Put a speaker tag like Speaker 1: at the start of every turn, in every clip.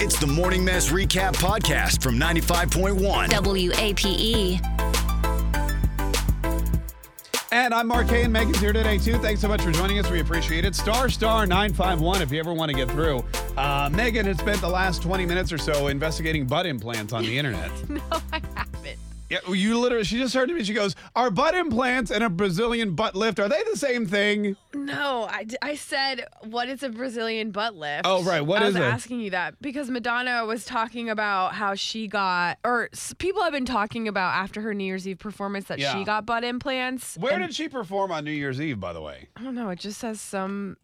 Speaker 1: It's the Morning Mess Recap Podcast from 95.1.
Speaker 2: WAPE.
Speaker 3: And I'm Mark Kay, and Megan's here today, too. Thanks so much for joining us. We appreciate it. Star Star 951, if you ever want to get through. Uh, Megan has spent the last 20 minutes or so investigating butt implants on the internet.
Speaker 4: No, Oh, I haven't.
Speaker 3: yeah, well, you literally, she just heard me. She goes, Are butt implants and a Brazilian butt lift, are they the same thing?
Speaker 4: No, I, d- I said, what is a Brazilian butt lift?
Speaker 3: Oh, right. What
Speaker 4: I
Speaker 3: is
Speaker 4: was
Speaker 3: it?
Speaker 4: asking you that because Madonna was talking about how she got, or s- people have been talking about after her New Year's Eve performance that
Speaker 3: Yeah.
Speaker 4: she got butt implants.
Speaker 3: Where
Speaker 4: And-
Speaker 3: did she perform on New Year's Eve, by the way?
Speaker 4: I don't know. It just says some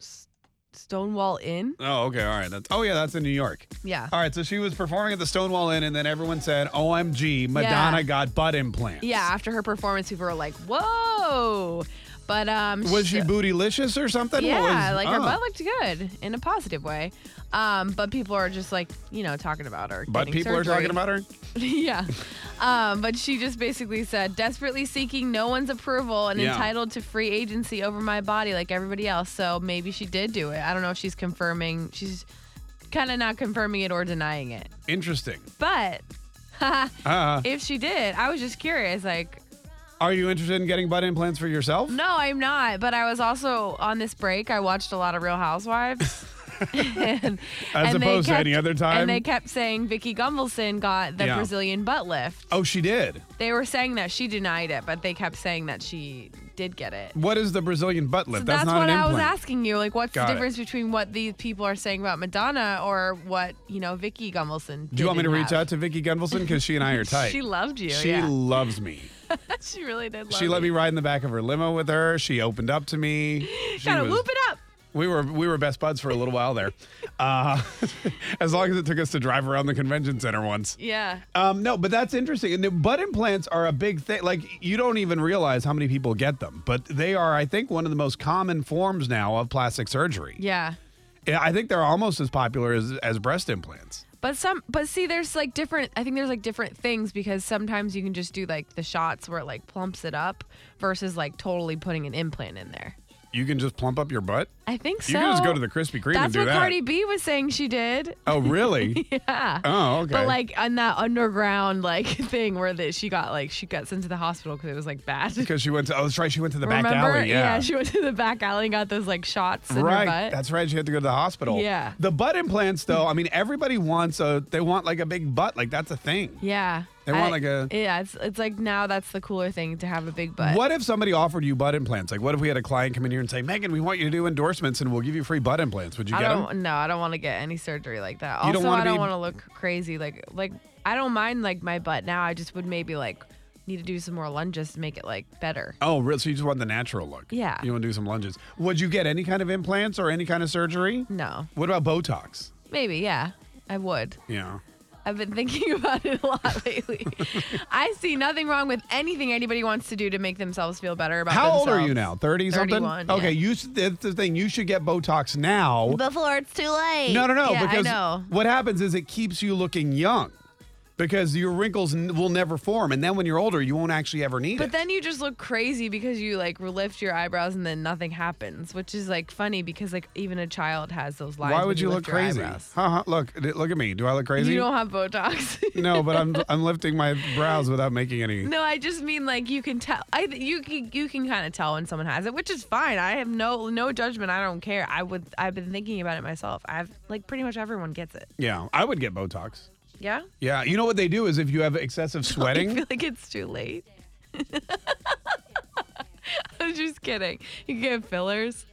Speaker 4: s- Stonewall Inn.
Speaker 3: Oh, okay. All right. That's, oh, yeah, that's in New York.
Speaker 4: Yeah.
Speaker 3: All right. So she was performing at the Stonewall Inn, and then everyone said, OMG, Madonna
Speaker 4: Yeah.
Speaker 3: got butt implants.
Speaker 4: Yeah. After her performance, people were like, whoa. But, um,
Speaker 3: Was she
Speaker 4: so-
Speaker 3: bootylicious or something? What
Speaker 4: Yeah,
Speaker 3: was-
Speaker 4: like her
Speaker 3: oh.
Speaker 4: butt looked good in a positive way. Um, but people are just like, you know, talking about her.
Speaker 3: But
Speaker 4: getting
Speaker 3: people are
Speaker 4: surgery.
Speaker 3: talking about her?
Speaker 4: yeah. Um, but she just basically said, desperately seeking no one's approval and
Speaker 3: Yeah.
Speaker 4: entitled to free agency over my body like everybody else. So maybe she did do it. I don't know if she's confirming. She's kind of not confirming it or denying it.
Speaker 3: Interesting.
Speaker 4: But
Speaker 3: Uh,
Speaker 4: if she did, I was just curious. Like,
Speaker 3: are you interested in getting butt implants for yourself?
Speaker 4: no, I'm not. But I was also on this break. I watched a lot of Real Housewives. and,
Speaker 3: As
Speaker 4: and they
Speaker 3: opposed to any other time?
Speaker 4: And they kept saying Vicky Gumbelson got the
Speaker 3: Yeah.
Speaker 4: Brazilian butt lift.
Speaker 3: Oh, she did.
Speaker 4: They were saying that she denied it, but they kept saying that she did get it.
Speaker 3: What is the Brazilian butt lift?
Speaker 4: So that's,
Speaker 3: not
Speaker 4: what
Speaker 3: an
Speaker 4: I
Speaker 3: implant.
Speaker 4: was asking you. Like, what's
Speaker 3: Got it.
Speaker 4: the difference between what these people are saying about Madonna or what you know Vicky Gumbelson?
Speaker 3: Do you want me to reach out to Vicky Gunvalson because she and I are tight?
Speaker 4: She loved you.
Speaker 3: She
Speaker 4: yeah.
Speaker 3: loves me.
Speaker 4: she really did. Love
Speaker 3: she let me
Speaker 4: you.
Speaker 3: ride in the back of her limo with her. She opened up to me. She
Speaker 4: Gotta
Speaker 3: was-
Speaker 4: whoop it up.
Speaker 3: We were we were best buds for a little while there, uh, as long as it took us to drive around the convention center once.
Speaker 4: Yeah.
Speaker 3: Um, no, but that's interesting. And the butt implants are a big thing. Like you don't even realize how many people get them, but they are, I think, one of the most common forms now of plastic surgery.
Speaker 4: Yeah.
Speaker 3: Yeah, I think they're almost as popular as, as breast implants.
Speaker 4: But some, but see, there's like different. I think there's like different things because sometimes you can just do like the shots where it like plumps it up versus like totally putting an implant in there.
Speaker 3: You can just plump up your butt.
Speaker 4: I think so.
Speaker 3: You can just go to the Krispy Kreme and
Speaker 4: That's
Speaker 3: do
Speaker 4: what
Speaker 3: that.
Speaker 4: Cardi B was saying she did.
Speaker 3: oh, really?
Speaker 4: Yeah.
Speaker 3: Oh, okay.
Speaker 4: But like on that underground like thing where that she got like she got sent to the hospital because it was like bad.
Speaker 3: because she went to oh, that's right, she went to the
Speaker 4: Remember?
Speaker 3: back alley. Yeah.
Speaker 4: she went to the back alley and got those like shots in
Speaker 3: right.
Speaker 4: her butt.
Speaker 3: That's right. She had to go to the hospital.
Speaker 4: Yeah.
Speaker 3: The butt implants, though. I mean, everybody wants a. They want like a big butt. Like that's a thing.
Speaker 4: yeah.
Speaker 3: They want, like, a-
Speaker 4: Yeah, it's it's like now that's the cooler thing to have a big butt.
Speaker 3: What if somebody offered you butt implants? Like, what if we had a client come in here and say, Megan, we want you to do endorsements and we'll give you free butt implants? Would you
Speaker 4: I
Speaker 3: get
Speaker 4: don't
Speaker 3: them?
Speaker 4: no, I don't want to get any surgery like that.
Speaker 3: You don't
Speaker 4: also,
Speaker 3: wanna
Speaker 4: I don't
Speaker 3: be-
Speaker 4: want to look crazy like like I don't mind like my butt now. I just would maybe like need to do some more lunges to make it like better.
Speaker 3: Oh, really? So you just want the natural look?
Speaker 4: Yeah.
Speaker 3: You want to do some lunges? Would you get any kind of implants or any kind of surgery?
Speaker 4: No.
Speaker 3: What about Botox?
Speaker 4: Maybe, yeah. I would.
Speaker 3: Yeah.
Speaker 4: I've been thinking about it a lot lately. I see nothing wrong with anything anybody wants to do to make themselves feel better about
Speaker 3: How old are you now?
Speaker 4: themselves.
Speaker 3: 30 something?
Speaker 4: 31,
Speaker 3: Okay,
Speaker 4: yeah.
Speaker 3: you s- that's the thing. You should get Botox now.
Speaker 4: Before it's too late.
Speaker 3: no, no, no.
Speaker 4: Yeah,
Speaker 3: because
Speaker 4: I know.
Speaker 3: what happens is it keeps you looking young because your wrinkles n- will never form. And then when you're older, you won't actually ever need
Speaker 4: But
Speaker 3: it.
Speaker 4: then you just look crazy because you like lift your eyebrows and then nothing happens, which is like funny because like even a child has those lines.
Speaker 3: Why
Speaker 4: when
Speaker 3: would you look
Speaker 4: lift your
Speaker 3: crazy?
Speaker 4: eyebrows.
Speaker 3: Huh, huh, look, look at me. Do I look crazy?
Speaker 4: You don't have Botox.
Speaker 3: No, but I'm I'm lifting my brows without making any.
Speaker 4: no, I just mean like you can tell. I you can you can kind of tell when someone has it, which is fine. I have no no judgment. I don't care. I would. I've been thinking about it myself. I've like pretty much everyone gets it.
Speaker 3: Yeah, I would get Botox.
Speaker 4: Yeah.
Speaker 3: Yeah, you know what they do is if you have excessive
Speaker 4: I
Speaker 3: sweating,
Speaker 4: feel like it's too late. I was just kidding. You can get fillers.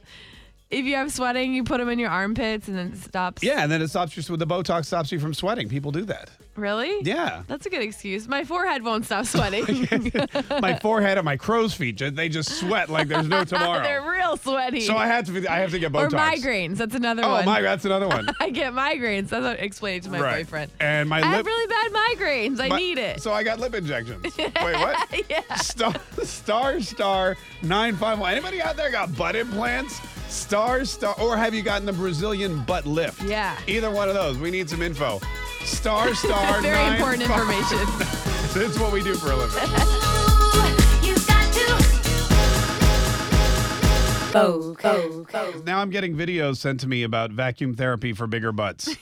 Speaker 4: If you have sweating, you put them in your armpits and then it stops.
Speaker 3: yeah, and then it stops you. So the Botox stops you from sweating. People do that.
Speaker 4: Really?
Speaker 3: Yeah,
Speaker 4: That's a good excuse. My forehead won't stop sweating.
Speaker 3: my forehead and my crow's feet ju- they just sweat like there's no tomorrow.
Speaker 4: They're real sweaty.
Speaker 3: So I have to I have to get
Speaker 4: or
Speaker 3: Botox.
Speaker 4: migraines. That's another
Speaker 3: Oh
Speaker 4: one.
Speaker 3: my, that's another one.
Speaker 4: I get migraines. That's what I explained to my
Speaker 3: right.
Speaker 4: boyfriend.
Speaker 3: And my
Speaker 4: I
Speaker 3: lip.
Speaker 4: have really bad migraines. I
Speaker 3: my-
Speaker 4: need it.
Speaker 3: So I got lip injections. Wait, what?
Speaker 4: yeah.
Speaker 3: Star star star nine five one. Anybody out there got butt implants? Star star, or have you gotten the Brazilian butt lift?
Speaker 4: Yeah.
Speaker 3: Either one of those. We need some info. Star star.
Speaker 4: Very
Speaker 3: nine
Speaker 4: important
Speaker 3: five-
Speaker 4: information.
Speaker 3: That's what we do for a living. Now I'm getting videos sent to me about vacuum therapy for bigger butts.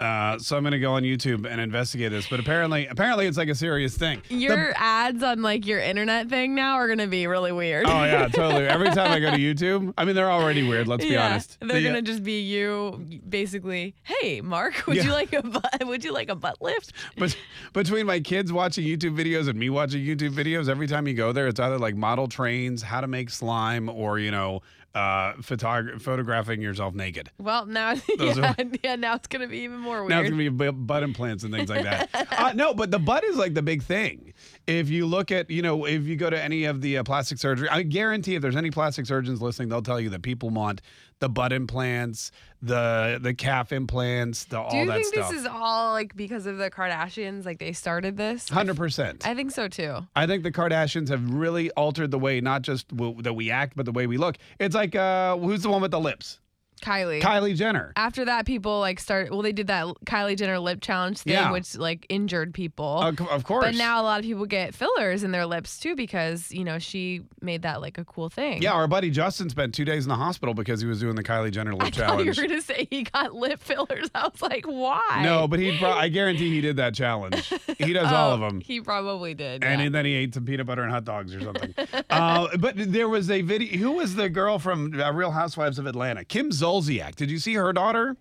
Speaker 3: Uh, so I'm going to go on YouTube and investigate this. But apparently, apparently it's like a serious thing. The-
Speaker 4: Your ads on like your internet thing now are gonna be really weird.
Speaker 3: oh yeah, totally. Every time I go to YouTube, I mean they're already weird. Let's be
Speaker 4: yeah,
Speaker 3: honest. uh,
Speaker 4: They're
Speaker 3: The-
Speaker 4: gonna just be you basically, hey Mark, would
Speaker 3: Yeah.
Speaker 4: you like a butt would you like a butt lift?
Speaker 3: But between my kids watching YouTube videos and me watching YouTube videos, every time you go there, it's either like model trains, how to make slime, or you know, uh, photog- photographing yourself naked.
Speaker 4: Well now
Speaker 3: Those
Speaker 4: yeah,
Speaker 3: are-
Speaker 4: yeah, now it's gonna be even more
Speaker 3: Now it's
Speaker 4: weird.
Speaker 3: gonna be bu- butt implants and things like that. uh, no, but the butt is like the big thing. If you look at, you know, if you go to any of the uh, plastic surgery, I guarantee if there's any plastic surgeons listening, they'll tell you that people want the butt implants, the the calf implants, the
Speaker 4: Do
Speaker 3: all
Speaker 4: you
Speaker 3: that
Speaker 4: think
Speaker 3: stuff.
Speaker 4: this is all like because of the Kardashians? Like they started this?
Speaker 3: Hundred percent.
Speaker 4: I think so too.
Speaker 3: I think the Kardashians have really altered the way not just w- that we act, but the way we look. It's like uh, who's the one with the lips?
Speaker 4: Kylie.
Speaker 3: Kylie Jenner.
Speaker 4: After that, people like start. Well, they did that Kylie Jenner lip challenge thing,
Speaker 3: Yeah.
Speaker 4: which like injured people.
Speaker 3: Uh, c- of course.
Speaker 4: Oh, But now a lot of people get fillers in their lips too because you know she made that like a cool thing.
Speaker 3: Yeah, our buddy Justin spent two days in the hospital because he was doing the Kylie Jenner lip
Speaker 4: I thought you
Speaker 3: challenge.
Speaker 4: were gonna say he got lip fillers. I was like, why?
Speaker 3: No, but he. Pro- I guarantee he did that challenge. He does all of
Speaker 4: Oh,
Speaker 3: them.
Speaker 4: He probably did.
Speaker 3: and
Speaker 4: yeah.
Speaker 3: then he ate some peanut butter and hot dogs or something. uh, but there was a video. Who was the girl from uh, Real Housewives of Atlanta? Kim Zolciak. Did you see her daughter?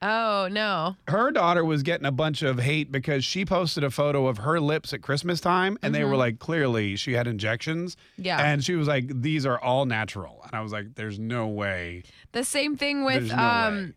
Speaker 4: oh no.
Speaker 3: her daughter was getting a bunch of hate because she posted a photo of her lips at Christmas time and they were like, clearly she had injections.
Speaker 4: Mm-hmm. Yeah.
Speaker 3: And she was like, these are all natural. And I was like, there's no way.
Speaker 4: The same thing with
Speaker 3: There's no way.
Speaker 4: um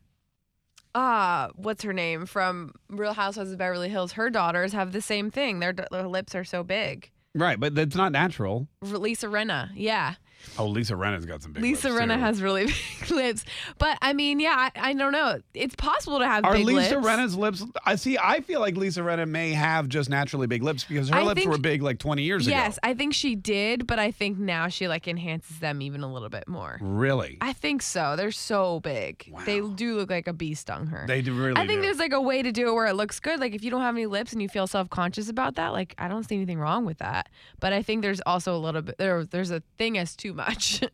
Speaker 4: uh what's her name from Real Housewives of Beverly Hills. Her daughters have the same thing. Their, their lips are so big.
Speaker 3: Right. But that's not natural.
Speaker 4: R- Lisa Renna, yeah.
Speaker 3: Oh, Lisa Renna's got some big
Speaker 4: Lisa
Speaker 3: lips,
Speaker 4: Renna
Speaker 3: too.
Speaker 4: has really big lips, but I mean, yeah, I, I don't know. It's possible to have
Speaker 3: Are
Speaker 4: big
Speaker 3: Lisa
Speaker 4: lips.
Speaker 3: Renna's lips? I see. I feel like Lisa Renna may have just naturally big lips because her
Speaker 4: I
Speaker 3: lips
Speaker 4: think-
Speaker 3: were big like 20 years
Speaker 4: yes,
Speaker 3: ago.
Speaker 4: I think she did, but I think now she like enhances them even a little bit more.
Speaker 3: Really?
Speaker 4: I think so. They're so big. They do look like a bee stung her.
Speaker 3: They do really.
Speaker 4: I
Speaker 3: do.
Speaker 4: think there's like a way to do it where it looks good. Like if you don't have any lips and you feel self conscious about that, like I don't see anything wrong with that. But I think there's also a little bit there. There's a thing as too much.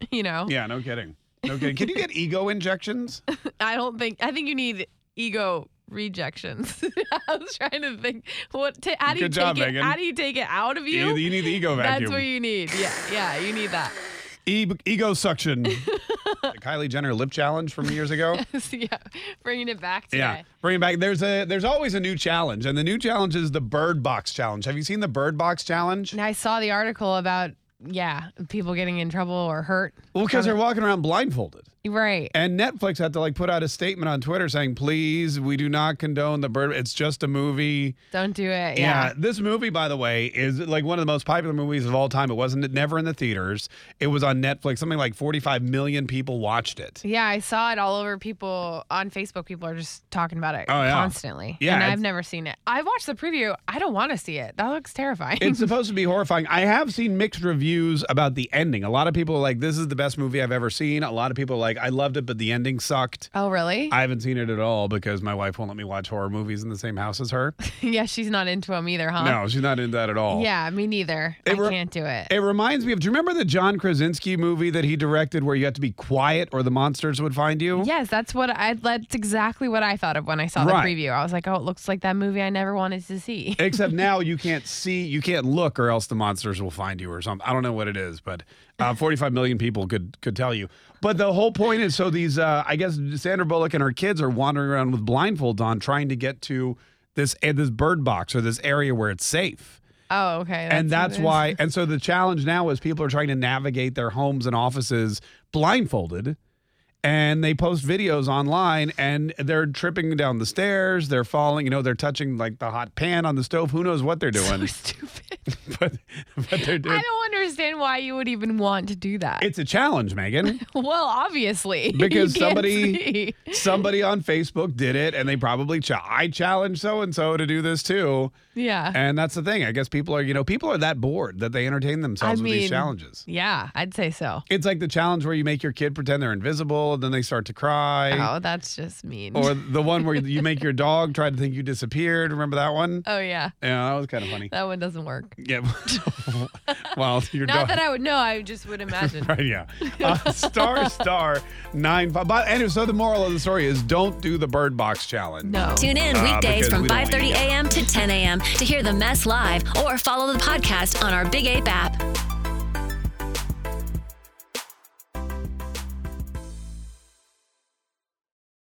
Speaker 4: You know.
Speaker 3: Yeah. No kidding. No kidding. Can you get ego injections?
Speaker 4: I don't think. I think you need ego rejections. I was trying to think. What? ta how do you
Speaker 3: Good
Speaker 4: take
Speaker 3: job,
Speaker 4: it?
Speaker 3: Megan.
Speaker 4: How do you take it out of you?
Speaker 3: need the ego vacuum.
Speaker 4: That's what you need. Yeah, yeah, you need that.
Speaker 3: E- ego suction. the Kylie Jenner lip challenge from years ago.
Speaker 4: So, yeah, bringing it back today.
Speaker 3: Yeah, bring it back. There's a there's always a new challenge, and the new challenge is the Bird Box challenge. Have you seen the Bird Box challenge?
Speaker 4: And I saw the article about yeah people getting in trouble or hurt.
Speaker 3: Well, because they're walking around blindfolded,
Speaker 4: Right.
Speaker 3: and Netflix had to like put out a statement on Twitter saying, "Please, we do not condone the bird. It's just a movie."
Speaker 4: Don't do
Speaker 3: Yeah.
Speaker 4: it. Yeah.
Speaker 3: this movie, by the way, is like one of the most popular movies of all time. It wasn't never in the theaters. It was on Netflix. Something like 45 million people watched it.
Speaker 4: Yeah, I saw it all over people on Facebook. People are just talking about it
Speaker 3: Oh, yeah.
Speaker 4: constantly.
Speaker 3: Yeah,
Speaker 4: And
Speaker 3: it's-
Speaker 4: I've never seen it. I watched the preview. I don't want to see it. That looks terrifying.
Speaker 3: It's supposed to be horrifying. I have seen mixed reviews about the ending. A lot of people are like, this is the best movie I've ever seen. A lot of people are like, I loved it, but the ending sucked.
Speaker 4: oh, really?
Speaker 3: I haven't seen it at all because my wife won't let me watch horror movies in the same house as her.
Speaker 4: yeah, she's not into them either, huh?
Speaker 3: No, she's not into that at all.
Speaker 4: Uh-huh. Yeah, me neither.
Speaker 3: It
Speaker 4: I
Speaker 3: re-
Speaker 4: can't do it.
Speaker 3: It reminds me of, do you remember the John Krasinski movie that he directed where you had to be quiet or the monsters would find you?
Speaker 4: Yes, that's what I. That's exactly what I thought of when I saw the
Speaker 3: Right.
Speaker 4: preview. I was like, "Oh, it looks like that movie I never wanted to see."
Speaker 3: Except now you can't see, you can't look, or else the monsters will find you, or something. I don't know what it is, but uh, 45 million people could could tell you. But the whole point is, so these, uh, I guess, Sandra Bullock and her kids are wandering around with blindfolds on, trying to get to this uh, this bird box or this area where it's safe.
Speaker 4: Oh, okay.
Speaker 3: and
Speaker 4: what
Speaker 3: that's
Speaker 4: it is.
Speaker 3: why. And so the challenge now is people are trying to navigate their homes and offices blindfolded. And they post videos online and they're tripping down the stairs. They're falling, you know, they're touching like the hot pan on the stove. Who knows what they're
Speaker 4: So
Speaker 3: doing?
Speaker 4: stupid.
Speaker 3: but, but they're
Speaker 4: I
Speaker 3: doing
Speaker 4: don't understand why you would even want to do that.
Speaker 3: it's a challenge, Megan.
Speaker 4: well, obviously, you
Speaker 3: Because
Speaker 4: can't
Speaker 3: somebody-
Speaker 4: see.
Speaker 3: Somebody on Facebook did it and they probably, ch- I challenge so and so to do this too.
Speaker 4: Yeah.
Speaker 3: And that's the thing. I guess people are, you know, people are that bored that they entertain themselves with these
Speaker 4: mean,
Speaker 3: challenges.
Speaker 4: yeah, I'd say so.
Speaker 3: It's like the challenge where you make your kid pretend they're invisible and then they start to cry.
Speaker 4: Oh, that's just mean.
Speaker 3: Or the one where you make your dog try to think you disappeared. Remember that one?
Speaker 4: oh yeah,
Speaker 3: Yeah, that was kind of funny.
Speaker 4: that one doesn't work.
Speaker 3: Yeah. well, Your
Speaker 4: Not
Speaker 3: dog.
Speaker 4: that I would know. I just would imagine.
Speaker 3: Right, yeah. Uh, star star nine five. But anyway, so the moral of the story is don't do the bird box challenge.
Speaker 4: No.
Speaker 2: Tune in
Speaker 3: Ah,
Speaker 2: weekdays
Speaker 3: because
Speaker 2: from
Speaker 3: we don't
Speaker 2: 5:30
Speaker 3: need it.
Speaker 2: a.m. to 10 a.m. to hear the mess live or follow the podcast on our Big Ape app.